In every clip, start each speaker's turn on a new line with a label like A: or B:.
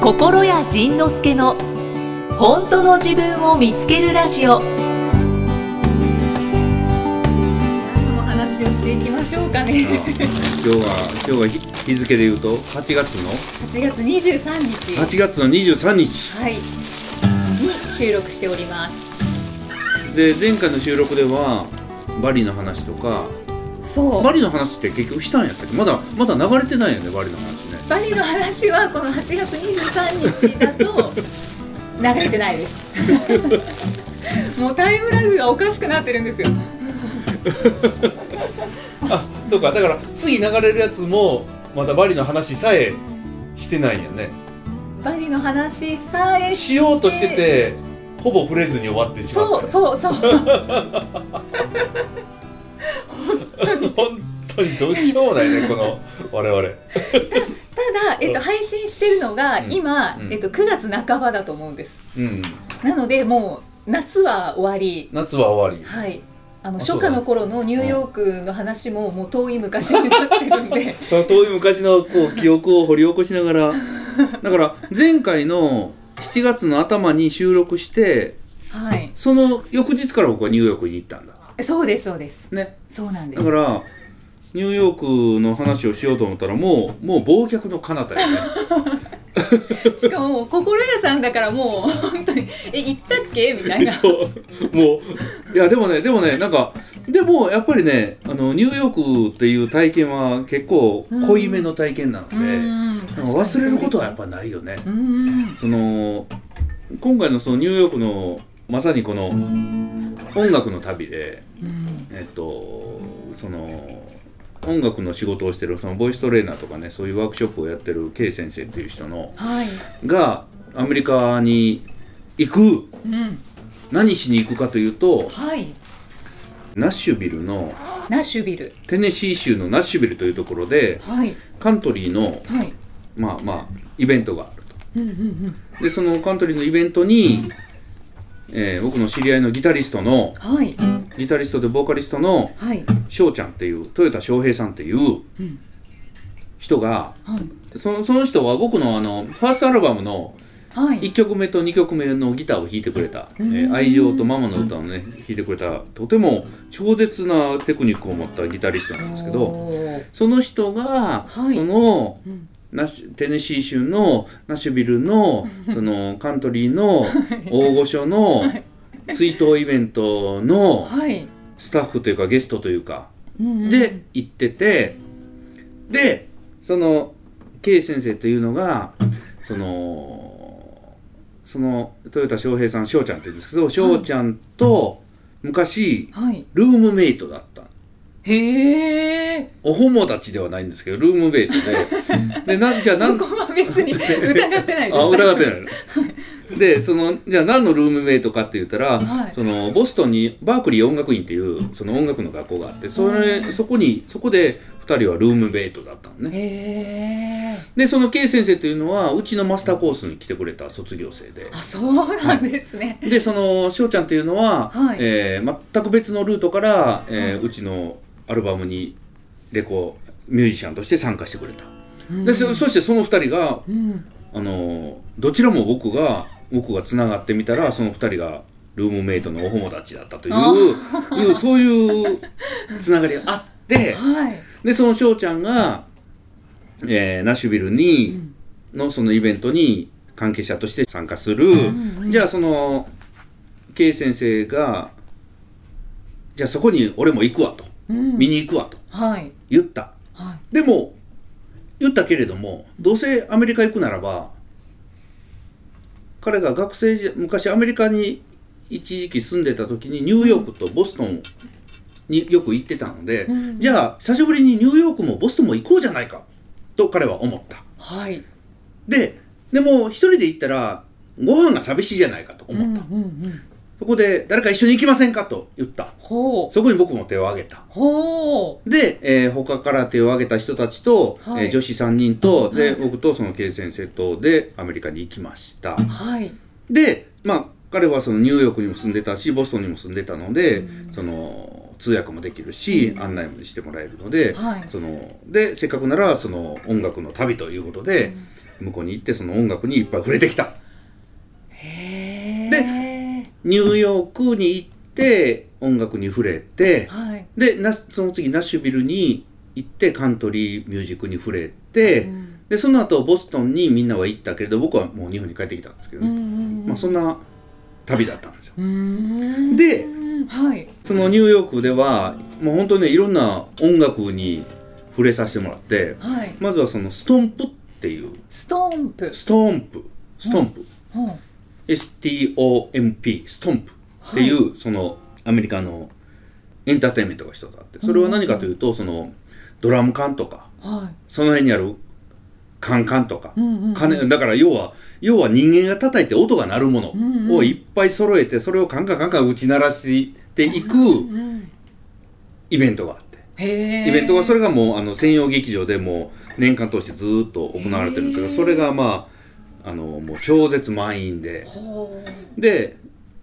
A: 心谷仁之助の本当の自分を見つけるラジオ何のお話をしていきましょうか
B: あ
A: ね
B: 今日は今日は日日付で言うと8月の
A: 8月23日
B: 8月の23日
A: はいに収録しております
B: で前回の収録ではバリの話とか
A: そう
B: バリの話って結局したんやったっけまだまだ流れてないよねバリの話ね
A: バリの話はこの8月23日だと流れてないです もうタイムラグがおかしくなってるんですよ
B: あそうかだから次流れるやつもまだバリの話さえしてないんやね
A: バリの話さえ
B: しようとしててほぼ触れずに終わってしま
A: そうそうそう
B: う 本当にどうしようもないねこの我々
A: ただ、えっと、配信してるのが
B: うん
A: 今、
B: うん
A: えっと、9月半ばだと思うんです
B: うん
A: なのでもう夏は終わり
B: 夏は終わり
A: はいあの
B: あそ
A: 初
B: うだ
A: 夏の頃のニューヨークの話ももう遠い昔になってるんで
B: その遠い昔のこう記憶を掘り起こしながらだから前回の7月の頭に収録して
A: はい
B: その翌日から僕はニューヨークに行ったんだ
A: そうですそうです
B: ね
A: そうなんで
B: だ
A: す
B: からニューヨークの話をしようと思ったらもうもう忘却の彼方や ね
A: しかももう心屋さんだからもう本当に「え行ったっけ?」みたいな
B: そうもういやでもねでもねなんかでもやっぱりねあのニューヨークっていう体験は結構濃いめの体験なので、
A: うん
B: なんか忘れることはやっぱないよね、
A: うん
B: その今回のそのニューヨークのまさにこの音楽の旅で、
A: うん
B: えっと、その音楽の仕事をしてるそのボイストレーナーとかねそういうワークショップをやってる K 先生っていう人の
A: はい
B: がアメリカに行く
A: うん
B: 何しに行くかというと
A: はい
B: ナッシュビルの
A: ナッシュビル
B: テネシー州のナッシュビルというところで
A: はい
B: カントリーの
A: はい
B: まあまあイベントがあると。
A: うんうんうん
B: でそのカントリーのイベントに、えー僕の知り合いのギタリストの
A: はい
B: ギタリストでボーカリストの
A: はい
B: 翔ちゃんっていう豊田翔平さんっていう
A: うん
B: 人が
A: はい
B: そのその人は僕のあのファーストアルバムの
A: は
B: 1
A: い
B: 曲目と2曲目のギターを弾いてくれた「えー
A: うん
B: 愛情とママの歌」をね弾いてくれたとても超絶なテクニックを持ったギタリストなんですけど
A: おー
B: その人が、
A: はい
B: その
A: うん
B: ナッシュテネシー州のナッシュビルのそのカントリーの大御所の追悼イベントの
A: はい
B: スタッフというかゲストというか
A: うんうん
B: で行っててでその K 先生というのがそのその豊田翔平さん翔ちゃんって言うんですけど翔ちゃんと昔
A: はい
B: ルームメイトだった
A: へえ
B: お友達ではないんですけどルームメイトで でなんじゃあな
A: そ
B: ん
A: こは別に疑ってないです
B: あ疑って
A: い
B: ないでそのじゃあ何のルームメイトかって言ったら、
A: はい
B: そのボストンにバークリー音楽院っていうその音楽の学校があってそれ、そこにそこで2人はルームメイトだったのね
A: へえ
B: でその K 先生というのはうちのマスターコースに来てくれた卒業生で
A: あそうなんですね
B: でその翔ちゃんというのは、
A: はい
B: えー全く別のルートから、え
A: は
B: ーうちのアルバムにレコミュージシャンとして参加してくれたでそそしてその2人が
A: うん
B: あのどちらも僕が僕がつながってみたらその2人がルームメイトのお友達だったといういうそういうつながりがあって
A: はい
B: でその翔ちゃんが、えーナッシュビルにのそのイベントに関係者として参加する、
A: んうん
B: じゃあその K 先生がじゃあそこに俺も行くわと、
A: うん
B: 見に行くわと
A: はい
B: 言った
A: は
B: でも言ったけれどもどうせアメリカ行くならば彼が学生時昔アメリカに一時期住んでた時にニューヨークとボストンによく行ってたので、
A: うん
B: じゃあ久しぶりにニューヨークもボストンも行こうじゃないかと彼は思った
A: いはい
B: ででも一人で行ったらご飯が寂しいじゃないかと思った、
A: うんうんうん
B: そこで誰か一緒に行きませんかと言った
A: ほう
B: そこに僕も手を挙げた
A: ほ
B: で、えー他から手を挙げた人たちと、
A: はい
B: えー女子3人と、
A: は
B: で、
A: い
B: 僕とその K 先生とでアメリカに行きました。
A: うはい
B: で、まあ、彼はそのニューヨークにも住んでたし、ボストンにも住んでたので、その、通訳もできるし、案内もしてもらえるので、
A: はい
B: その、で、せっかくなら、その、音楽の旅ということで、向こうに行ってその音楽にいっぱい触れてきた
A: へえ
B: ニューヨークに行って音楽に触れて
A: はい、
B: でなその次ナッシュビルに行ってカントリーミュージックに触れて、
A: うん
B: でその後ボストンにみんなは行ったけれど僕はもう日本に帰ってきたんですけど
A: うん
B: ね、
A: うんうん
B: まあ、そんな旅だったんですよ
A: うーん
B: で
A: はい
B: そのニューヨークではもう本当にねいろんな音楽に触れさせてもらって
A: はい
B: まずはそのストンプっていう
A: ストーンプ、
B: ストンプストンプ、
A: うん
B: STOMP ストンプっていう、そのアメリカのエンターテインメントが一つあってそれは何かというと、そのドラム缶とか
A: は
B: その辺にあるカンカンとか
A: い、うんうん、
B: 金だから要は要は人間が叩いて音が鳴るも
A: うんうん
B: のをいっぱい揃えてそれをカンカンカンカン打ち鳴らしていく
A: うん、
B: イベントがあって
A: へえ
B: イベントがそ
A: れ
B: れがもうあの専用劇場でもう年間通してずーっと行われてるんだけ
A: へ
B: ど
A: ー
B: それがまああのもう超絶満員で
A: ほ
B: で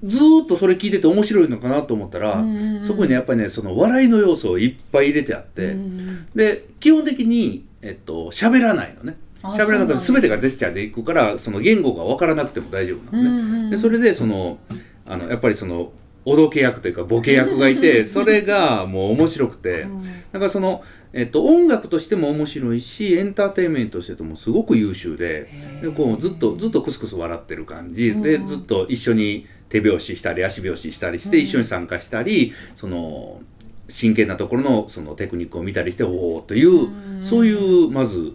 B: ずーっとそれ聞いてて面白いのかなと思ったら
A: うんうんうん
B: そこにねやっぱりねその笑いの要素をいっぱい入れてあっ
A: うう
B: て
A: んうん
B: で基本的にえっと喋らないのね
A: あ
B: 喋らなくて
A: そうなんだ
B: 全てがジェスチャーでいくからその言語が分からなくても大丈夫な
A: うん
B: のね。
A: うん
B: でそれでそのあのやっぱりそのおどけ役というかボケ役がいてそれがもう面白くて。
A: うん
B: だからその、えっと、音楽としても面白いしエンターテインメントとしてもすごく優秀で
A: へー
B: でこうずっとずっとクスクス笑ってる感じで、
A: うん
B: ずっと一緒に手拍子したり足拍子したりして、
A: うん
B: 一緒に参加したりその真剣なところのそのテクニックを見たりしておおという、
A: うん
B: そういうまず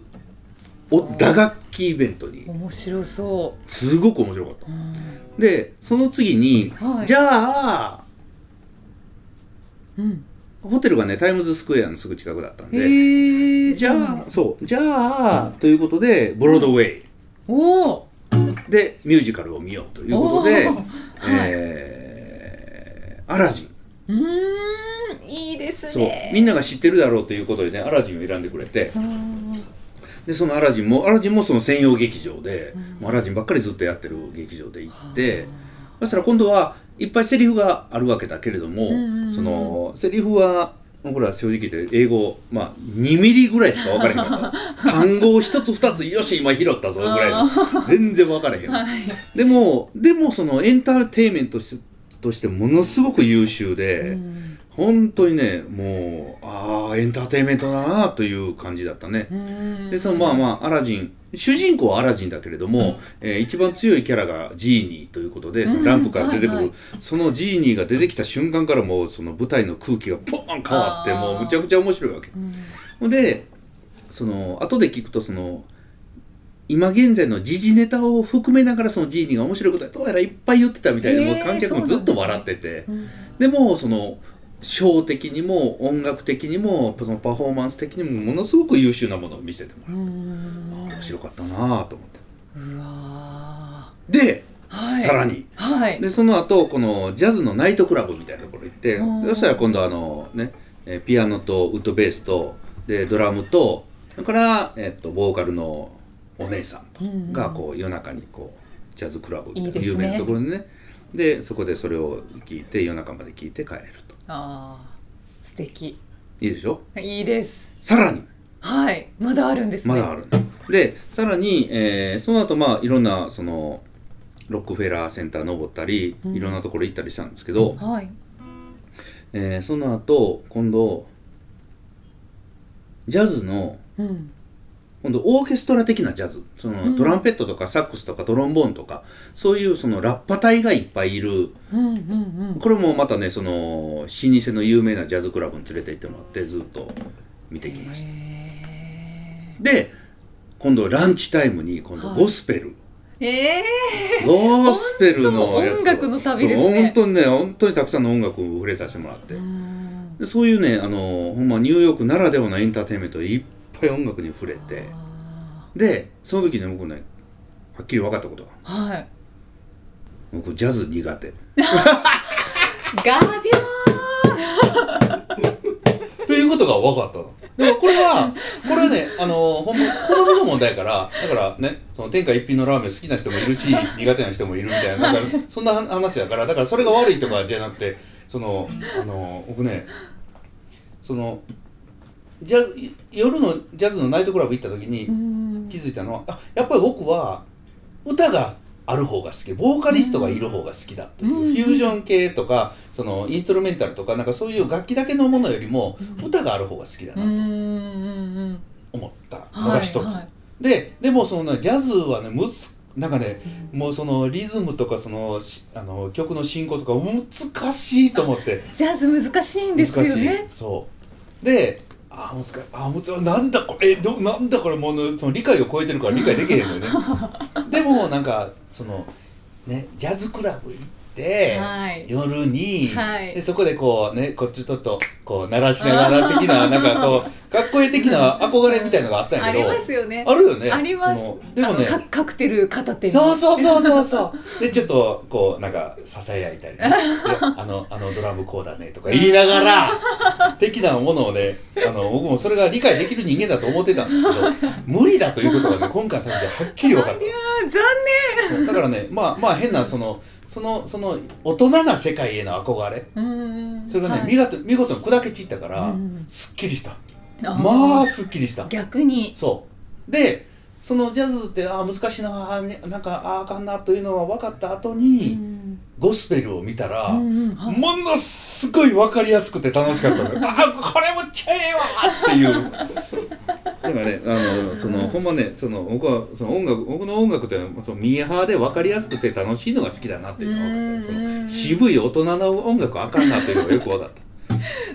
B: お打楽器イベントに
A: 面白そ
B: すごく面白かった
A: う、。うん
B: でその次に、
A: はい
B: じゃあ
A: うん、
B: ホテルがねタイムズスクエアのすぐ近くだったんで。
A: へえ
B: じゃ
A: そうなん
B: あ
A: です
B: そうじゃあということでブロードウェイ
A: おお
B: でミュージカルを見ようということで、
A: おーはい
B: えーアラジン
A: うーんいいですね
B: そうみんなが知ってるだろうということでねアラジンを選んでくれて
A: うん
B: でそのアラジンもアラジンもその専用劇場で、
A: うん
B: もうアラジンばっかりずっとやってる劇場で行って、そしたら今度はいっぱいセリフがあるわけだけれども、
A: うんうんうん
B: そのセリフは僕ら正直言って英語、まあ、2ミリぐらいしか分からへんかっ た単語を1つ2つよし今拾ったぞぐらい
A: あ
B: の全然分からへん、
A: はい
B: でもでもそのエンターテインメントとしてとしてものすごく優秀で、
A: うん
B: 本当にねもうああエンターテインメントだなという感じだったね、
A: うん
B: でそのまあまあアラジン主人公はアラジンだけれども、えー一番強いキャラがジーニーということでそのランプから出てくる、
A: うんはいはい
B: そのジーニーが出てきた瞬間からもうその舞台の空気がポーン変わって
A: あー
B: もうむちゃくちゃ面白いわけ
A: うん
B: ほんでその後で聞くとその今現在の時事ネタを含めながらそのジーニーが面白いことはどうやらいっぱい言ってたみたいで、
A: へー
B: もう観客もずっと笑ってて。
A: うん
B: でもそのショー的にも音楽的にもそのパフォーマンス的にもものすごく優秀なものを見せてもらう
A: うん
B: 面白かったなぁと思って
A: うわ
B: で、
A: ーはい
B: さらに
A: はい
B: でその後このジャズのナイトクラブみたいなところ行って
A: うん
B: そしたら今度あのねえーピアノとウッドベースとでドラムとそれから、えっとボーカルのお姉さんと
A: うんうん
B: がこう夜中にこうジャズクラブみたい
A: いいで
B: な
A: すね
B: 有名なところにねでそこでそれを聞いて夜中まで聞いて帰ると
A: あー素敵
B: いいでしょ
A: いいです
B: さらに
A: はいまだあるんですね
B: まだあるんだでさらに、えーその後まあいろんなそのロックフェラーセンター登ったり
A: うん
B: いろんなところ行ったりしたんですけど、
A: はい
B: えーその後今度ジャズの
A: うん
B: 今度オーケストラ的なジャズその、
A: うん
B: トランペットとかサックスとかトロンボーンとかそういうそのラッパ隊がいっぱいいる
A: うんうん
B: これもまたねその老舗の有名なジャズクラブに連れて行ってもらってずっと見
A: う
B: て
A: ん
B: きました。
A: へ
B: で今度ランチタイムに今度
A: はい
B: ゴスペル、
A: ーえ
B: ゴースペルのや
A: 本当
B: つを
A: 音楽の旅ですね
B: そう本当にね本当にたくさんの音楽を触れさせてもらって、
A: ーうん
B: でそういうねあのほんまニューヨークならではのエンターテインメントいっぱい音楽に触れて
A: あ
B: でその時ね僕ねはっきり分かったことが
A: ーはい
B: 僕ジャズ苦手
A: ガービ
B: ということが分かったのでもこれはこれはねあのほんま子供の問題やからだからねその天下一品のラーメン好きな人もいるし苦手な人もいるみたいななんかそんな話だからだからそれが悪いとかじゃなくてそのあの僕ねそのジャ夜のジャズのナイトクラブ行った時に
A: ーン
B: 気づいたのはあやっぱり僕は歌がある方が好きボーカリストがいる方が好きだという、
A: うん
B: フュージョン系とかそのインストゥルメンタルとかなんかそういう楽器だけのものよりも
A: うん
B: 歌がある方が好きだ
A: う
B: なん
A: うんうん
B: と思ったの
A: はい
B: が一つ、
A: はい
B: ででもそのジャズはねむつなんかねもうそのリズムとかそのしあの曲の進行とか難しいと思って
A: ジャズ難しいんですよね
B: 難しいそうでああ難しいああ難しいなんだこれえどなんだこれもうその理解を超えてるから理解できへん のよねでもなんかそのねジャズクラブ行って、
A: はい
B: 夜に、
A: はい
B: でそこでこうねこっちちょっとこう鳴らしながら 的ななんかこうかっこいい的な憧れみたいのがあったん
A: あ
B: やけ
A: り
B: ど
A: ますよね
B: あるよね
A: あります
B: そのでも
A: あの
B: ね
A: カカクテル片手に
B: そうそうそうそう そう。でちょっとこうなんかささやいたり、ね、であの あのドラムこうだねとか言いな がら的なものをねあの僕もそれが理解できる人間だと思ってたんですけど無理だということがね今回多分ねはっきり分かっ
A: いや
B: た。
A: ー残
B: そうだからねまあまあ変なそのそのその大人な世界への憧れ
A: 念うんうん
B: それがね、
A: はい
B: 見事見事に砕け散ったから、
A: うん
B: すっきりした。
A: あー
B: まあすっきりした。
A: 逆に
B: そうでそのジャズってあー難しいなあーなんかあーあかんなというのは分かった後に、
A: うん
B: ゴスペルを見たら、
A: うんうんはい
B: ものすごい分かりやすくて楽しかったの あーこれもっちゃええわーって いう。だからね、あのそのほんまねその僕はその音楽僕の音楽っていうのはそのミーハーで分かりやすくて楽しいのが好きだなっていうのが分かったそ
A: うんうんう
B: の
A: ん
B: 渋い大人の音楽あかんなっていうのがよく分かった。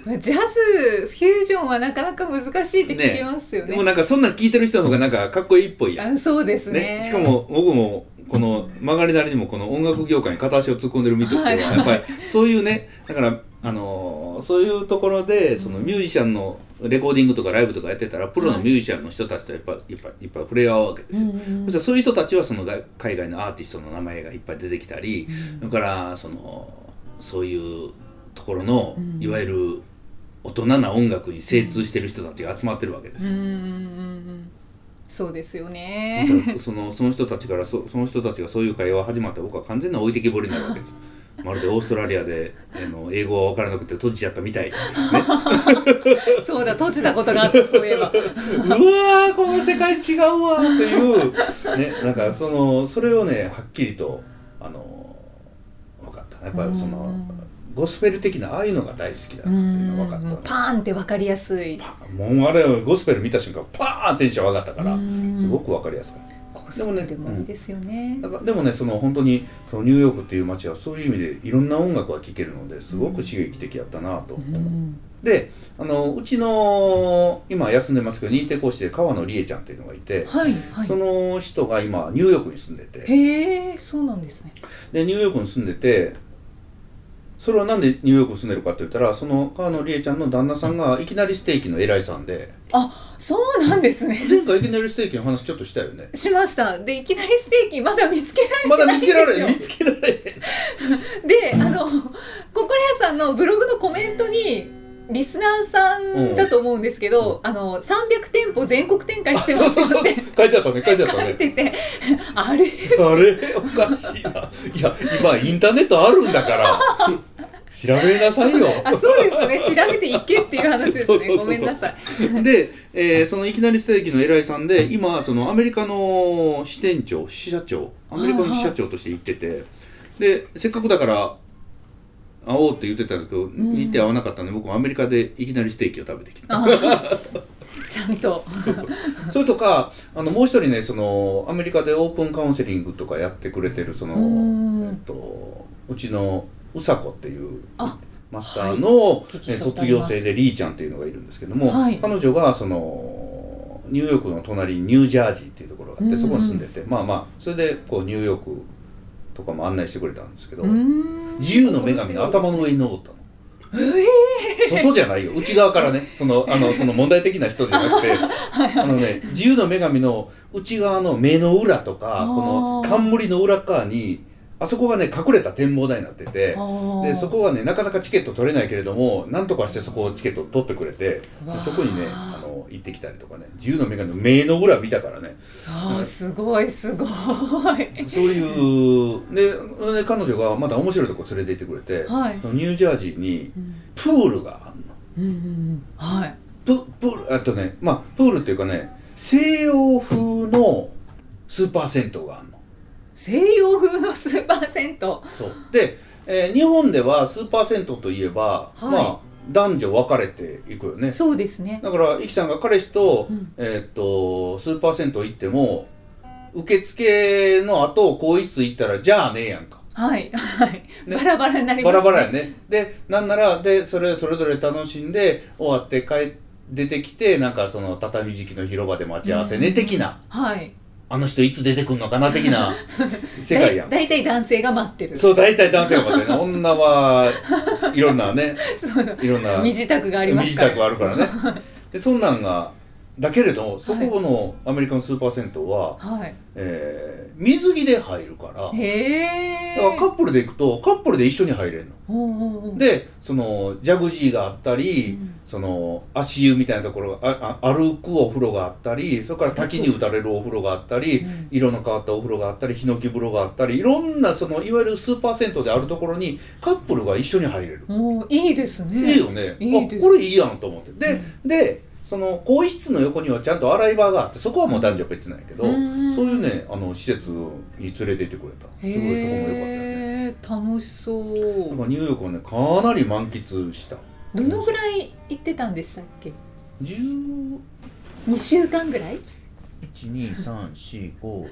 A: ジャズフュージョンはなかなか難しいって聞きますよ
B: で
A: ね
B: もなんかそんなん聞いてる人の方がなんかかっこいいっぽいやん
A: あそうですね
B: ね、しかも僕もこの曲がりなりにもこの音楽業界に片足を突っ込んでる身としては
A: はい
B: やっぱりそういうねだからあのーそういうところでそのミュージシャンのレコーディングとかライブとかやってたらプロのミュージシャンの人たちとやっぱいっぱいいっぱい触れ合うわけですよ。
A: うんうんうん
B: そしたらそういう人たちはその外海外のアーティストの名前がいっぱい出てきたり、それからそのそういうところの
A: うん
B: いわゆる大人な音楽に精通してる人たちが集まってるわけですよ
A: うんうんうんうんそうですよね
B: そそのその人たちからそその人たちがそういう会話始まったら僕は完全な置いてきぼりになるわけ ですまるでオーストラリアであの英語が分からなくて閉じちゃった みたい、ね、
A: そうだ閉じたことがあったそういえば
B: うわーこの世界違うわーっていう、ね、なんかそのそれをねはっきりとあの分かったやっぱりその
A: うん
B: ゴスペル的なああいうのが大好きだって
A: う
B: いうの
A: ん
B: が分かった
A: もう
B: ね
A: パーンってわかりやすい
B: パもうあれはゴスペル見た瞬間パーンテンション上がったから
A: うん
B: すごく分かりやすかった。
A: コスプレもいいですよね
B: だからでもねその本当にそのニューヨークっていう街はそういう意味でいろんな音楽が聴けるのですごく刺激的やったなと、
A: うん
B: であのうちの今休んでますけど認定講師で川野理恵ちゃんっていうのがいて、
A: はいはい
B: その人が今ニューヨークに住んでて
A: へえそうなんですね
B: でニューヨークに住んでてそれはなんでニューヨークに住んでるかって言ったらその川野理恵ちゃんの旦那さんがいきなりステーキの偉いさんで
A: あそうなんですね
B: 前回いきなりステーキの話ちょっとしたよね
A: しましたでいきなりステーキまだ見つけられて
B: まだ
A: ない
B: 見
A: ん
B: つ
A: です
B: け
A: よ
B: られへん見つけられへん
A: であの心屋さんのブログのコメントにリスナーさんだと思うんですけど、あの300店舗全国展開して
B: あそ
A: ま
B: う
A: す
B: そうそ
A: っ
B: う書
A: て
B: いてあったね書いてあった
A: 書
B: ね
A: いてて あれ
B: あれおかしいな。いや、今インターネットあるんだから。調べなさいよ。
A: あそうですね調べていけっていう話です
B: そうそうそう
A: ねごめ
B: そう
A: んなさい
B: で、えーそのいきなりステーキの偉いさんで、今、そのアメリカの支店長、支社長、アメリカの支社長として行ってて、で、せっかくだから、会おうって言ってたんですけど、
A: ん
B: 行って会わなかったんで、僕もアメリカでいきなりステーキを食べてきた。
A: あ ちゃんと
B: それとか、あの、もう一人ね、その、アメリカでオープンカウンセリングとかやってくれてる、そうの、
A: ー
B: えっ
A: ん
B: と、うちのうさこっていう
A: あ
B: マスターの、
A: 聞き
B: え
A: しょって
B: 卒
A: あり
B: 業
A: ます
B: 生でリーちゃんっていうのがいるんですけども、
A: はい
B: 彼女がそのニューヨークの隣にニュージャージーっていうところがあって、
A: うんうん
B: そこに住んでてまあまあそれでこうニューヨークとかも案内してくれたんですけど、
A: うーん
B: 自由の女神が頭の上に登ったの。外じゃないよ内側からねその あのその問題的な人じゃなくてあのね自由の女神の内側の目の裏とか
A: あー
B: この冠の裏側にあそこがね隠れた展望台になってて
A: あー
B: でそこはねなかなかチケット取れないけれどもなんとかしてそこをチケット取ってくれてで
A: わあ
B: そこにねあの行ってきたりとかね自由の女神の目の裏見たからね
A: あーすごいすごい
B: そういうでで彼女がまた面白いとこ連れて行ってくれて、
A: はい
B: ニュージャージーに
A: うん
B: プールがあるの
A: うんうんうんはい
B: ププールあとねまあプールっていうかね西洋風のスーパー銭湯があるの
A: 西洋風のスーパー銭湯
B: そうで、えー日本ではスーパー銭湯といえば、
A: い
B: まあ男女分かれていくよね
A: そうですね
B: だからイキさんが彼氏と,、
A: うん
B: えーっとスーパー銭湯行っても受付の後更衣室行ったらじゃあねえやんか
A: はいはい、
B: ね
A: バラバラになりま
B: バ
A: す、ね、
B: ラバラやねでなんならでそれそれぞれ楽しんで終わって帰出てきてなんかその畳敷きの広場で待ち合わせね的な、
A: はい
B: あの人いつ出てくんのかな的 な世界やん
A: だい大体男性が待ってる
B: そう大体男性の方やな女はいろんなね
A: そうの
B: いろんな
A: 身支度があります
B: 身
A: から
B: 支度があるからねでそんなんがだけれどそこのアメリカのスーパー銭湯は、
A: はい
B: えー水着で入るからだか
A: へえ
B: らカップルで行くとカップルで一緒に入れるの。
A: おうおうおう
B: でそのジャグジーがあったり、
A: うん
B: その足湯みたいなところがああ歩くお風呂があったりそれから滝に打たれるお風呂があったり、
A: うん
B: 色の変わったお風呂があったりヒノキ風呂があったりいろんなそのいわゆるスーパー銭湯であるところにカップルが一緒に入れる、
A: おういいですね
B: いいよね
A: いいです
B: あこれいいやんと思ってで,、でその更衣室の横にはちゃんと洗い場があってそこはもう男女別なんやけど、
A: うん
B: そういうねあの施設に連れて行ってくれたすごいそこも良かったよね
A: へえ楽しそ
B: なん
A: う
B: かニューヨークはねかなり満喫した
A: どのぐらい行ってたんでしたっけ
B: 10
A: 2週間ぐらい
B: 1234567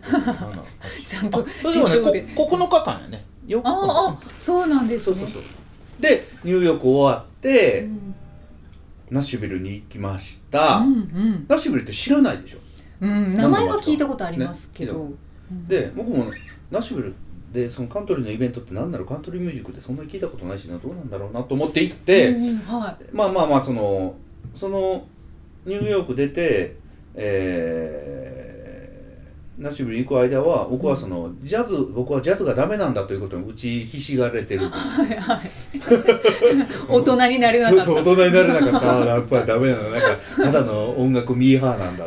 A: ちゃんと
B: それでも
A: 手帳で、
B: ねこ9日間やねよ
A: あああそうなんです
B: そう
A: ね
B: そうそうでニューヨーク終わって、
A: うん
B: ナッシュビルに行きました、
A: うん
B: ナッシュビルって知らないでしょ
A: うんうん名前は聞いたことありますけど、うん
B: で僕もナッシュビルでそのカントリーのイベントって何だろうカントリーミュージックでそんなに聞いたことないしなどうなんだろうなと思って行って、
A: うんうんはい
B: まあまあまあそのそのニューヨーク出て、えーナッシュビルに行く間は僕はそのジャズ僕はジャズがダメなんだということに打ちひしが れてる
A: はいはい 大人になれなかった
B: そうそう大人になれなかったああやっぱりダメなんだなんかただの音楽ミーハーなんだ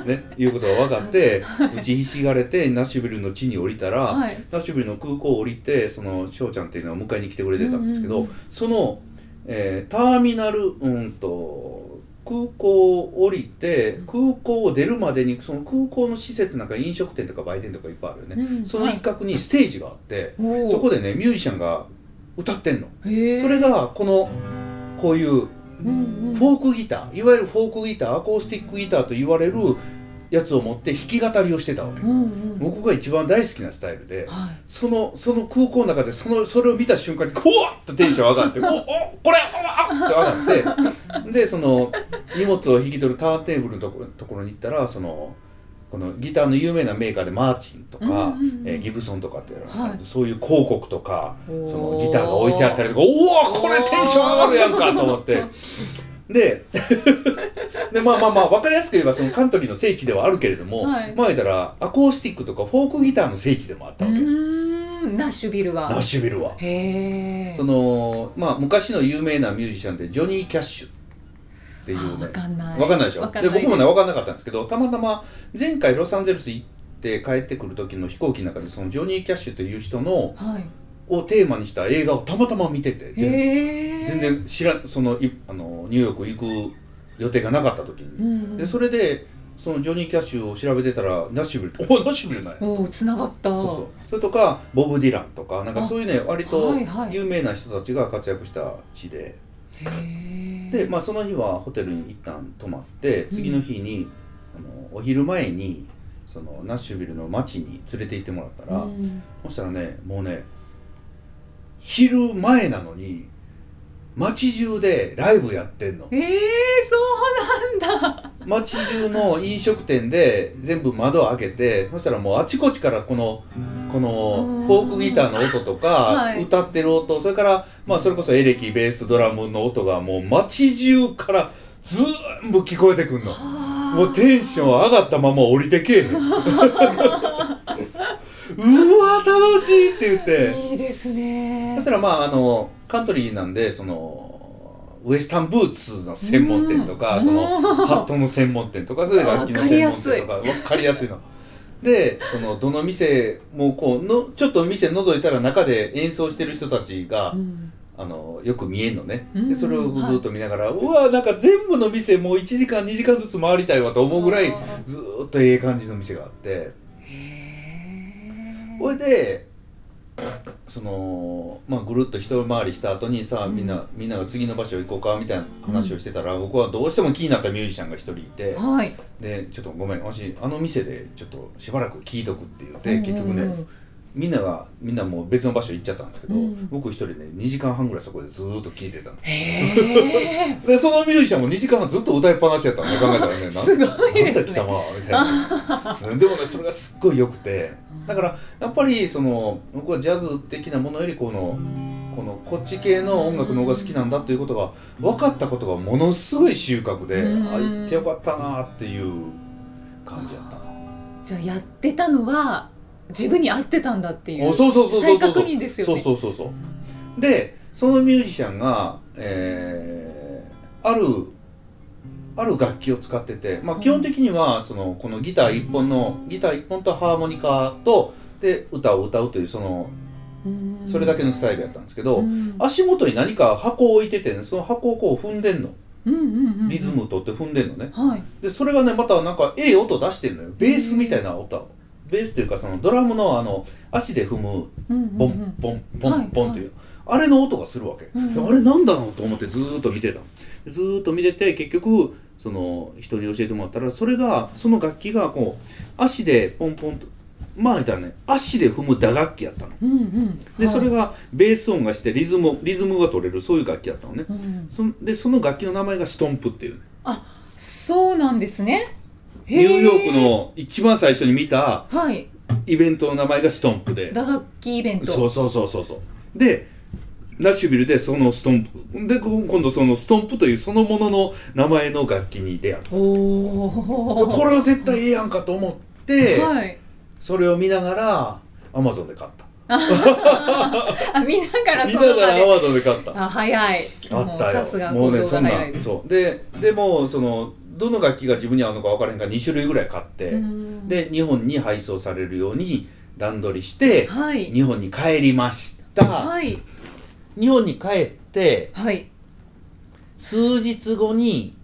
B: と、ね、いうことが分かって打ちひしがれてナッシュビルの地に降りたら、
A: はい
B: ナッシュビルの空港を降りてその翔ちゃんっていうのを迎えに来てくれてたんですけど、
A: うんうん
B: その、えーターミナルうんと空港を降りて空港を出るまでにその空港の施設なんか飲食店とか売店とかいっぱいあるよね、
A: うん
B: その一角にステージがあって、
A: おー
B: そこでねミュージシャンが歌ってんの、
A: へえ
B: それがこのこういう
A: うんうん
B: フォークギターいわゆるフォークギターアコースティックギターと言われるやつを持って弾き語りをしてたわけ、
A: うんうん
B: 僕が一番大好きなスタイルで、
A: は
B: そのその空港の中でそのそれを見た瞬間にこわっとテンション上がっ ておおこれあって上がってでその荷物を引き取るターンテーブルのとこところに行ったらそのこのギターの有名なメーカーでマーチンとか、
A: うんうんうん
B: えーギブソンとかって、
A: はい
B: そういう広告とかそ
A: おー
B: のギターが置いてあったりとかおおこれテンション上がるやんかと思って。ででまあまあまあ分かりやすく言えばそのカントリーの聖地ではあるけれども、
A: はい
B: まあ言ったらアコースティックとかフォークギターの聖地でもあっ
A: い
B: た
A: う
B: わけ、
A: ーんナッシュビル
B: ナ
A: は
B: ッシュビルは。
A: へえ
B: そのまあ昔の有名なミュージシャンでジョニー・キャッシュっていうね
A: わかんない
B: わかんないでしょ
A: わかん
B: で
A: ないです
B: 僕もね分かんなかったんですけどたまたま前回ロサンゼルス行って帰ってくる時の飛行機の中でそのジョニー・キャッシュという人の
A: はい
B: をテーマにした映画をたまたま見てて全
A: へえ
B: 全然知らそのいあのニューヨーク行く予定がなかった時
A: う
B: に、
A: んうん
B: でそれでそのジョニー・キャッシュを調べてたらナッシュビルっておナッシュビルない
A: おお繋がった
B: そうそうそれとかボブ・ディランとかなんかそういうね割と
A: はいはい
B: 有名な人たちが活躍した地で、
A: へえ
B: で、まあ、その日はホテルに一旦泊まって次の日に、あのお昼前にそのナッシュビルの街に連れて行ってもらったら、
A: うん
B: そしたらねもうね昼前なのに街中でライブやってんの
A: えー、そうなんだ。
B: 街中の飲食店で全部窓を開けてそしたらもうあちこちからこのこ
A: う
B: の
A: ん
B: フォークギターの音とか、
A: はい
B: 歌ってる音それから、まあ、それこそエレキベースドラムの音がもう街中からずーんぶ聞こえてくんの もうテンション上がったまま降りてけえへんうわ楽しいって言って。
A: いいです
B: そし
A: ね
B: た。らまああのカントリーなんでそのウエスタンブーツの専門店とか
A: うん
B: その
A: うん
B: ハットの専門店とかそれ楽器の専門店とか分かりやすいの。でそのどの店もこうのちょっと店覗いたら中で演奏してる人たちが、
A: うん
B: あのよく見えんのね、
A: うん
B: でそれをずっと見ながら、うわなんか全部の店もう1時間2時間ずつ回りたいわと思うぐらい
A: あー
B: ずーっとええ感じの店があって
A: へ
B: それでその、まあ、ぐるっと一回りした後にさあみんな、みんなが次の場所行こうかみたいな話をしてたら、僕はどうしても気になったミュージシャンが一人い
A: え。
B: て
A: はい
B: でちょっとごめん私あの店でちょっとしばらく聞いとくって言っ
A: う
B: て
A: ん
B: 結局
A: うんうん
B: ねみんながみんなもう別の場所行っちゃったんですけど、
A: うん
B: 僕一人ね2時間半ぐらいそこでずーっと聞いてたの
A: へ
B: でそのミュージシャンも2時間半ずっと歌いっぱなしやったのね考えたらね
A: えすごい
B: なんだ
A: で
B: 貴
A: すね
B: 様みたいな うんでもねそれがすっごい良くてだからやっぱりその僕はジャズ的なものよりこのこのこっち系の音楽の方が好きなんだということが分かったことがものすごい収穫で
A: うん
B: あ行ってよかったなっていう感じやったな
A: じゃあやってたのは自分に合ってたんだってい
B: お
A: う
B: そうそうそうそ
A: 再
B: うそう
A: 確
B: そう
A: 認ですよ
B: そう
A: ね
B: そうそうそうでそのミュージシャンが、えーあるある楽器を使ってて、まあ、
A: うん
B: 基本的にはそのこのギター1本のギター1本とハーモニカとで歌を歌うというその
A: うん
B: それだけのスタイルやったんですけ
A: う
B: ど、
A: ん
B: 足元に何か箱を置いてて、ね、その箱をこう踏んでんの
A: うんうんうんうん
B: リズムを取って踏んでんのね、
A: はい
B: でそれがねまたなんかええ音出してるのよベースみたいな音をベースというかそのドラムのあの足で踏む
A: うんうん
B: ボ
A: う
B: ン
A: ん
B: ボンボンボン
A: はい
B: っていう、あれの音がするわけ、
A: うん
B: であれなんだろうと思ってずーっと見てたのでずーっと見てて結局その人に教えてもらったらそれがその楽器がこう足でポンポンとまあ言ったらね足で踏む打楽器やったの
A: うんうんは
B: で
A: い
B: それがベース音がしてリズムリズムが取れるそういう楽器やったのね
A: うん
B: そんでその楽器の名前がストンプっていうね
A: そうなんですねへ
B: ニューヨークの一番最初に見た
A: はい
B: イベントの名前がストンプで
A: 打楽器イベント
B: そうそうそうそうそうでナッシュビルでそのストンプでこ今度そのストンプというそのものの名前の楽器に出会う
A: お
B: こ
A: お
B: れは絶対ええやんかと思って、
A: はい
B: それを見ながらアマゾンで買った
A: あ見ながら
B: 見
A: そ
B: な
A: の
B: が
A: 場
B: らア
A: で
B: マゾンで買った
A: あ早い
B: あ
A: もう
B: ったよ
A: さすが行動
B: そ
A: が
B: んな
A: 早いです
B: そうででもそのどの楽器が自分に合うのか分からへんから2種類ぐらい買って、
A: うん
B: で日本に配送されるように段取りして、
A: はい
B: 日本に帰りました、
A: はい
B: 日本に帰って
A: はい
B: 数日後に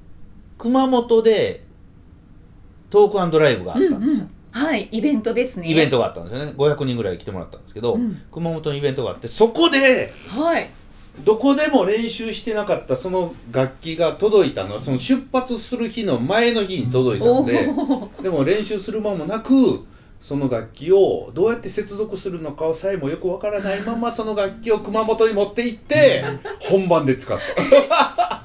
B: 熊本でトークドライブがあっ
A: うん
B: たんです
A: う
B: よ、
A: んはいイベントですね
B: イベントがあったんですよね500人ぐらい来てもらったんですけど、
A: うん
B: 熊本にイベントがあってそこで
A: はい
B: どこでも練習してなかったその楽器が届いたのはその出発する日の前の日に届いた
A: お
B: の
A: お
B: ででも練習する間もなくその楽器をどうやって接続するのかさえもよくわからないままその楽器を熊本に持って行って本番で使った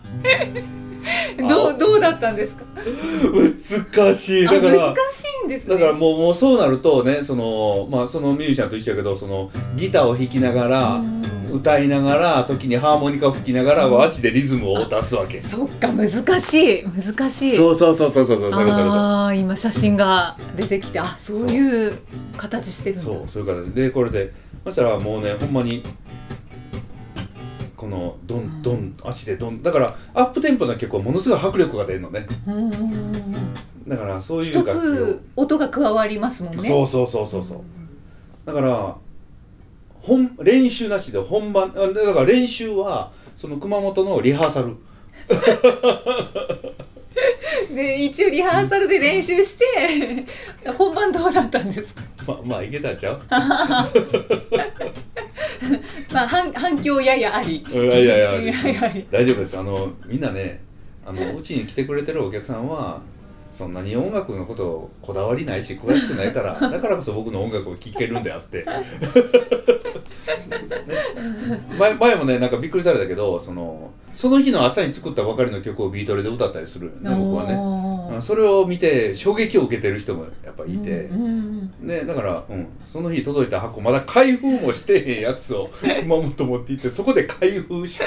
A: どうどうだったんですか
B: 難しい
A: あ
B: だから
A: 難しいんですね
B: だからもうもうそうなるとねその,、まあ、そのミュージシャンと一緒やけどそのギターを弾きながら、
A: うん
B: 歌いながら時にハーモニカを吹きながら、
A: うん
B: 足でリズムを出すわけ
A: そっか難しい難しい
B: そうそうそうそうそうそうそうそう
A: ああ今写真が出てきてあそういう形してるんだ
B: そうそういう形でこれでそしたらもうねほんまにこのどんどん足でどんだからアップテンポな曲はものすごい迫力が出るのね
A: うんうんうんうん
B: だからそういう
A: 一
B: 楽器を
A: つ音が加わりますもんね
B: そうそうそうそうそうだから本練習なしで本番あだから練習はその熊本のリハーサル
A: で一応リハーサルで練習して 本番どうだったんですか、
B: ままあいけたんちゃう
A: まあ、反反響ややあり
B: いやいやいや
A: ややあり
B: 大丈夫ですあのみんなねあ のうちに来てくれてるお客さんはそんなに音楽のことこだわりないし詳しくないか らだからこそ僕の音楽を聴けるんであって、ね前前もねなんかびっくりされたけどそのその日の朝に作ったばかりの曲をビートルで歌ったりするよね僕はね
A: おー
B: それを見て衝撃を受けてる人もやっぱいて、
A: うんうん
B: ね、だから、うん、その日届いた箱まだ開封もしてへんや つを熊本持って行ってそこで開封して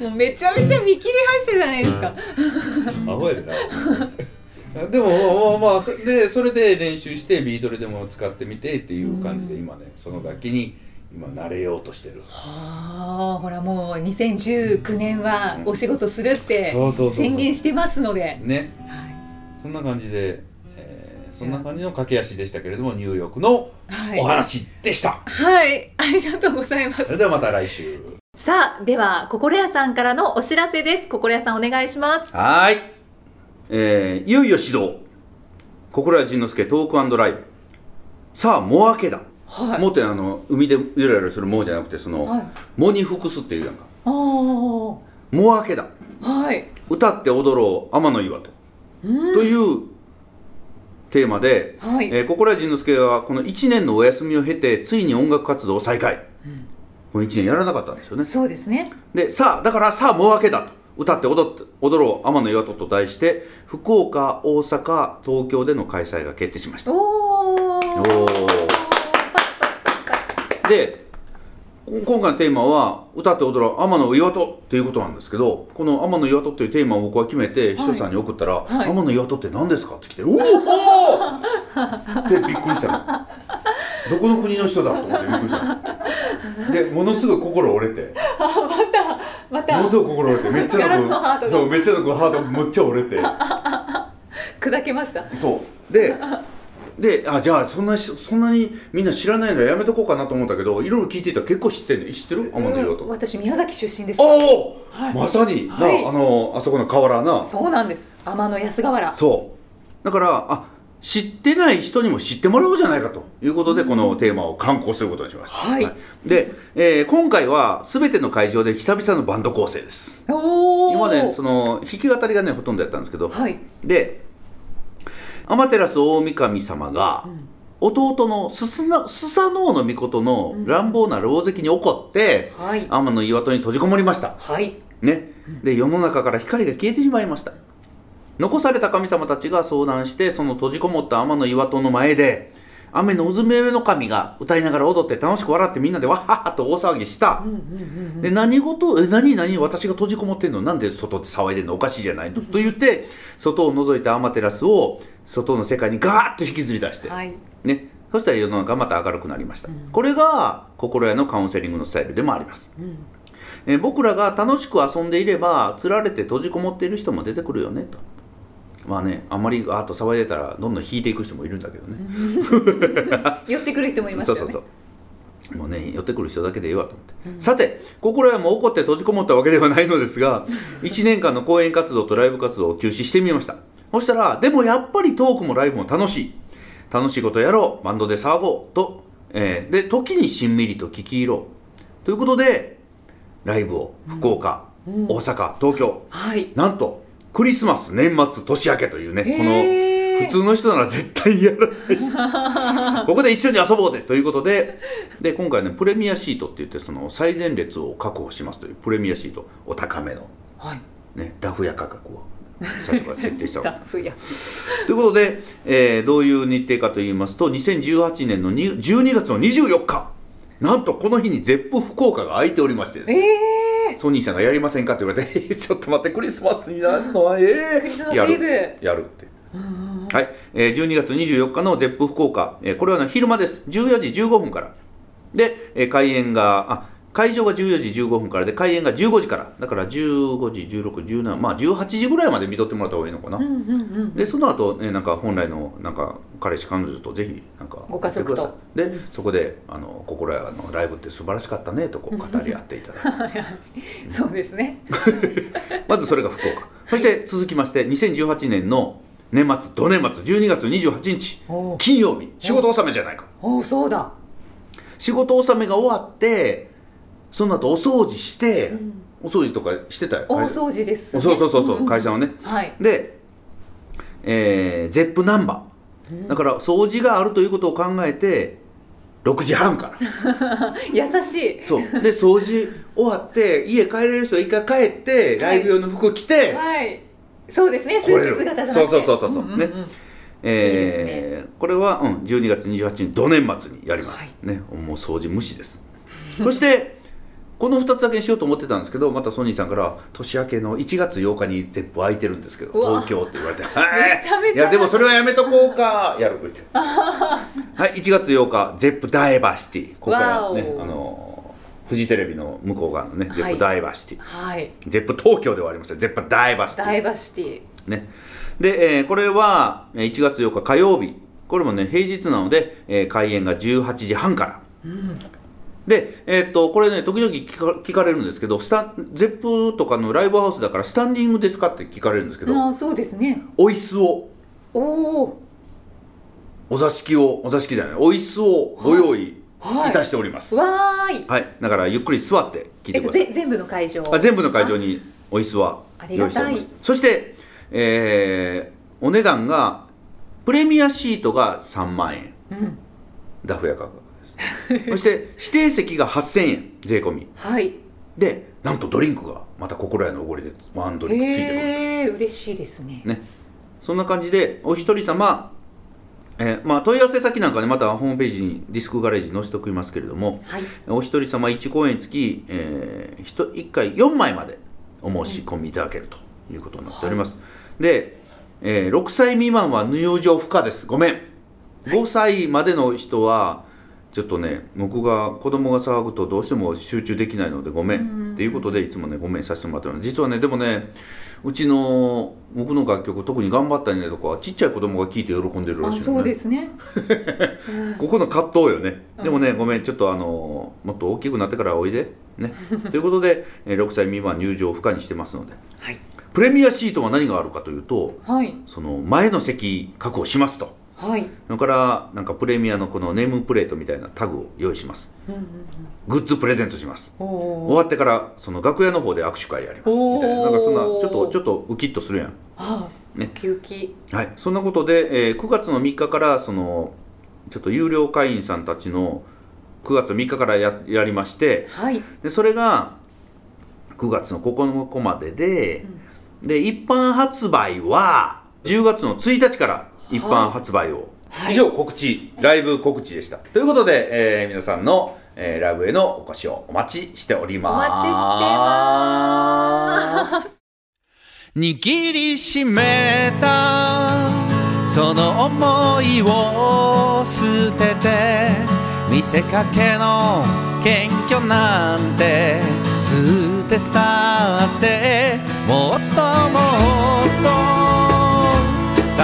A: うんもうめちゃめちゃ見切り発車じゃないですか
B: アホやでな でもまあまあそでそれで練習してビートルでも使ってみてっていう感じで
A: うん
B: 今ねその楽器に今慣れようとしてる
A: はあほらもう2019年はお仕事するって
B: そうそうそうそう
A: 宣言してますので、
B: ね
A: はい
B: そんな感じで、えーそんな感じの駆け足でしたけれどもニューヨークの
A: はい
B: お話でした、
A: はい、ありがとうございま
B: それ
A: す。
B: ではまた来週
A: さあ、では、心屋さんからのお知らせです。心屋さん、お願いします。
B: はーい。えー、いよいよ始動。心谷仁之助トークライブ。さあ、もう明けだ。
A: はい。
B: もうってあの、海でゆらゆらするもうじゃなくて、その、
A: はい。
B: 藻に服すっていうやんか。
A: あー
B: もう明けだ。
A: はい。
B: 歌って踊ろう、天の岩戸。
A: うん
B: というテーマで、
A: はい。
B: えー、心谷仁之助はこの1年のお休みを経て、ついに音楽活動を再開。この1年やらなかったんですよね。
A: そうですね。
B: でさあだからさあもう明けだと歌って踊って踊ろう天の岩戸と題して福岡大阪東京での開催が決定しました
A: おお。
B: おーでこ今回のテーマは「歌って踊ろう天の岩戸」ということなんですけどこの「天の岩戸」というテーマを僕は決めて
A: い
B: ひとりさんに送ったら「
A: はい
B: 天の岩戸って何ですか?」って来て「おお!」ってびっくりしたのどこの国の人だと思ってびっくりしたのでものすごい心折れて
A: また
B: ものすごい心折れてめっちゃ
A: ガラスのハート
B: の
A: が
B: そうめっちゃのハートめっちゃ折れて
A: 砕けました。
B: そうでであじゃあそんなしそんなにみんな知らないのやめとこうかなと思ったけどいろいろ聞いていたら結構知ってんね知ってる天野岩
A: うん
B: と
A: 私宮崎出身です。
B: おお、
A: はい
B: まさに、
A: はい
B: なあのあそこの河原なそ
A: そうなんです。天野安河原。
B: うだからあ知ってない人にも知ってもらおうじゃないかということで、このテーマを刊行することにしました、
A: はい
B: で、えー今回は全ての会場で久々のバンド構成です
A: おお。
B: 今までその弾き語りがねほとんどやったんですけど、
A: はい。
B: で天照大神様が、
A: うん
B: 弟のススナスサノオノミコトの乱暴な狼藉に怒って、
A: はい。
B: 天の岩戸に閉じこもりました
A: はい。
B: ねで世の中から光が消えてしまいました残された神様たちが相談してその閉じこもった天の岩戸の前で雨のうずめの神が歌いながら踊って楽しく笑ってみんなでわっはっはと大騒ぎした
A: うんうんうんうん。
B: で何事え何何私が閉じこもってんのなんで外で騒いでんのおかしいじゃないのと言って外を覗いたアマテラスを外の世界にガーッと引きずり出して、
A: はい。
B: ね、そしたら世の中がまた明るくなりました、
A: うん
B: これが心屋のカウンセリングのスタイルでもあります、
A: うん。
B: えー僕らが楽しく遊んでいればつられて閉じこもっている人も出てくるよねとまあねあんまりガーッと騒いでたらどんどん引いていく人もいるんだけどね、
A: 寄ってくる人もいました
B: そ
A: よ
B: う
A: ね。
B: そうそうもうね寄ってくる人だけでいいわと思って、
A: うん
B: さて心屋も怒って閉じこもったわけではないので すが1年間の講演活動とライブ活動を休止してみましたそしたらでもやっぱりトークもライブも楽しい楽しいことやろうバンドで騒ごうと、えーで時にしんみりと聞き入ろうということでライブを福岡、
A: うん
B: 大阪東京
A: はい。
B: なんとクリスマス年末年明けというね、この
A: へー
B: 普通の人なら絶対やら ないここで一緒に遊ぼうでということでで今回ねプレミアシートって言ってその最前列を確保しますというプレミアシートお高めの、
A: はい。
B: ね、ダフ屋価格を最初から設定したわけ
A: だ そういや。
B: ということで、えーどういう日程かと言いますと2018年のに12月の24日なんとこの日にゼップ福岡が空いておりましてですね
A: ええ
B: ソニーさんがやりませんかって言われて、え ちょっと待って、クリスマスになるのは、ええ
A: クリスマス
B: や
A: イブ
B: る、やるって。
A: ー。うんうん
B: はい、えー、12月24日のゼップ福岡、えーこれは、ね、昼間です、14時15分から。で、えー開演が、あ会場が14時15分からで、開演が15時から。だから15時、16、17、まあ18時ぐらいまで見とってもらった方がいいのかな。
A: うんうんうん。
B: で、その後、ね、なんか本来の、なんか、彼氏、彼女とぜひ、なんか、
A: ご家族と
B: 来てください。で、そこで、あの、心屋のライブって素晴らしかったね、とこう語り合っていただいて。
A: そうですね。
B: まずそれが福岡。そして続きまして、2018年の年末、土年末、12月28日、
A: おー
B: 金曜日、仕事納めじゃないか。
A: おー、そうだ。
B: 仕事納めが終わって、その後お掃除して、
A: うん
B: お掃除とかしてたよ。
A: 大
B: 会
A: 掃除です、
B: そうそうそうそう、会
A: 社。
B: 社はね。
A: はい。
B: で、えー、ゼップナンバー。だから掃除があるということを考えて、6時半から。
A: 優しい。
B: そう。で、掃除終わって、家帰れる人は一回帰 って、ライブ用の服着て、
A: はい。そうですね。スーツ姿じゃなくて。
B: そうそうそうそうそうね
A: んん
B: えーこれは、うん、12月28日土年末にやります、
A: は
B: ねもう掃除無視ですそしてこの2つだけにしようと思ってたんですけどまたソニーさんから年明けの1月8日に全部空いてるんですけど
A: うわ
B: 東京って言われ て「
A: めちゃめちゃ
B: いやでもそれはやめとこうか」やる ってはい1月8日ゼップダイバーシティここからね
A: わお
B: あのフジテレビの向こう側のね、ゼップダイバーシティ
A: はい。
B: ゼップ東京ではありませんゼップダイバーシティ
A: ダイバーシティ。
B: ね。で、えーこれはえー1月8日火曜日、これもね平日なので、えー開演が18時半から
A: うん
B: で、えーっとこれね時々聞か聞かれるんですけどスタゼップとかのライブハウスだからスタンディングですかって聞かれるんですけど、
A: まあそうですね
B: お椅子を
A: おお
B: お座敷をお座敷じゃないお椅子をご用意い
A: はい
B: たしております、はい
A: わーい
B: だからゆっくり座って聞い
A: え
B: て
A: っ
B: く
A: と
B: ださい、
A: ぜ全部の会場
B: あ全部の会場にお椅子は用意しておりま
A: ありが
B: す
A: た
B: そして、えーお値段がプレミアシートが3万円
A: うん
B: ダフ屋価格で すそして指定席が8000円税込み
A: はい
B: でなんとドリンクがまた心得のおごりでワンドリンクついてくる
A: へえ嬉しいですね
B: ねそんな感じでお一人様、えーまあ、問い合わせ先なんかねまたホームページにディスクガレージに載せておきますけれども
A: はい
B: お一人様1公演につき、えー、1, 回4枚までお申し込みいただけるということになっております、で、えー6歳未満は入場不可ですごめん5歳までの人はちょっとね僕が子供が騒ぐとどうしても集中できないのでごめ
A: うん
B: んっていうことでいつもねごめんさせてもらってます実はねでもねうちの僕の楽曲特に頑張ったねとかはちっちゃい子供が聴いて喜んでるら
A: あ
B: しい
A: そ
B: の
A: う
B: ね
A: ですねうん
B: ここの葛藤よね。
A: うん
B: でもね、ごめん、ちょっとあのーもっと大きくなってからおいで。ね。ということで、えー6歳未満入場を不可にしてますので。
A: はい
B: プレミアシートは何があるかというと、
A: はい
B: その前の席確保しますと。
A: はい
B: それから、なんかプレミアのこのネームプレートみたいなタグを用意します。
A: うんうん
B: グッズプレゼントします。
A: うん
B: 終
A: お
B: わ
A: お
B: ってから、その楽屋の方で握手会やります。みたいな。なんかそんな、ちょっと、ちょっとウキッとするやん。
A: ああ
B: ね
A: ウキウキ
B: はい、そんなことで、えー9月の3日からそのちょっと有料会員さんたちの9月3日からややりまして
A: はい
B: でそれが9月の9日まででで一般発売は10月の1日から一般発売を、
A: はい
B: 以上告知ライブ告知でした、ということで、えー皆さんの、えーライブへのお越しをお待ちしております
A: お待ちしてま
B: 握りしめたその思いを捨てて見せかけの謙虚なんて捨て去ってもっともっと高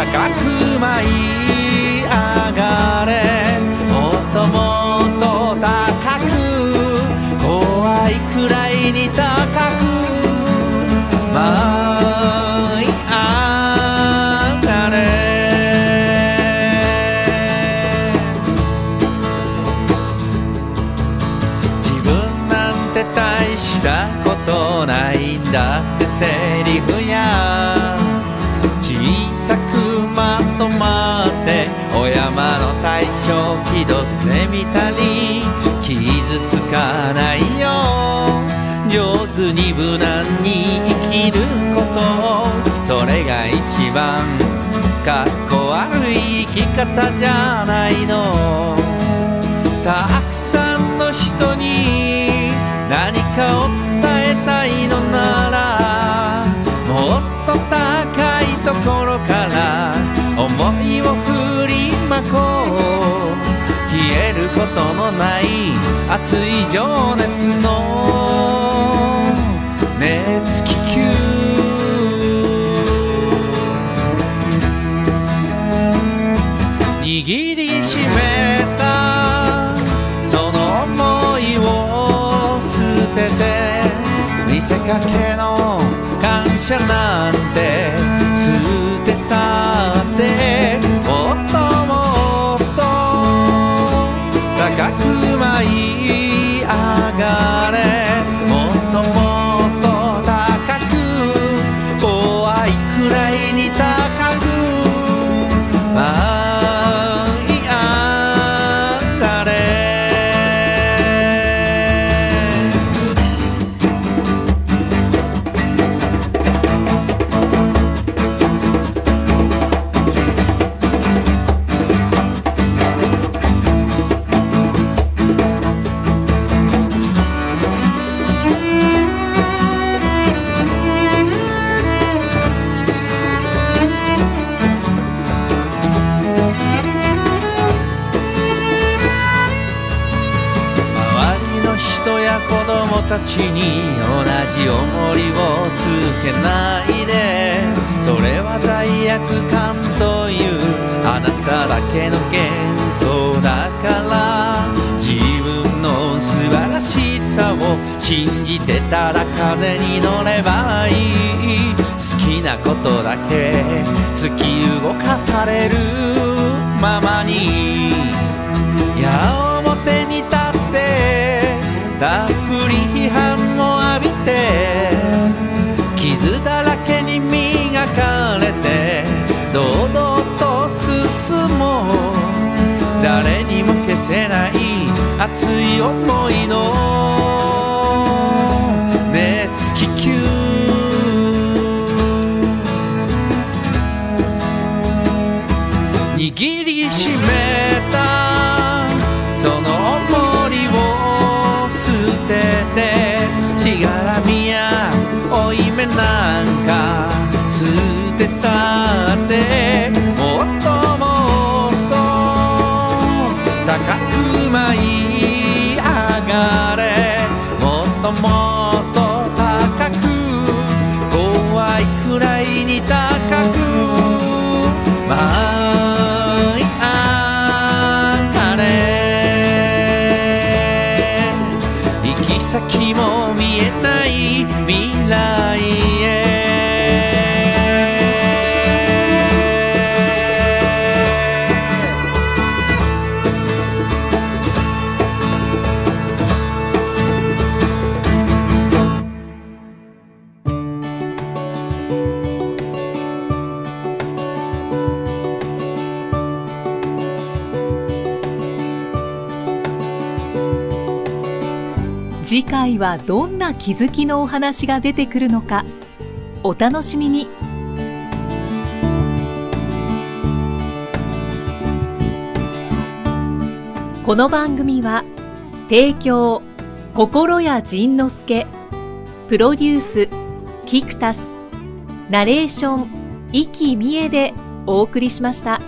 B: く舞い上がれもっともっと高く怖いくらいに高く舞い上がれ自分なんて大したことないんだってセリフや小さくまとまってお山の大将気取ってみたり傷つかないよ上手に無難に生きることそれが一番かっこ悪い生き方じゃないのたくさんの人に何かを伝えたいのならもっと高いところから思いを振りまこう消えることのない熱い情熱の熱気球握りしめたその思いを捨てて見せかけの感謝なんて捨て去ってもっともっと高く舞い上がれもっともっと高く怖いくらいに高く舞い上がれ周りの人や子供たちに同じ重りをつけないでそれは罪悪感というあなただだけの幻想だから自分の素晴らしさを信じてたら風に乗ればいい好きなことだけ突き動かされるままにいや表に立ってたっぷり批判も浴びて傷だらけに磨かれて堂々と進もう誰にも消せない熱い思いの熱気球握りしめたその重りを捨ててしがらみや負い目なんか捨て去ってもっともっと高く舞い上がれもっともっと高く怖いくらいに高く舞い上がれ行き先も見えない未来へ
C: 次回はどんな気づきのお話が出てくるのかお楽しみにこの番組は提供心谷仁之助プロデュースキクタスナレーション生きみえでお送りしました。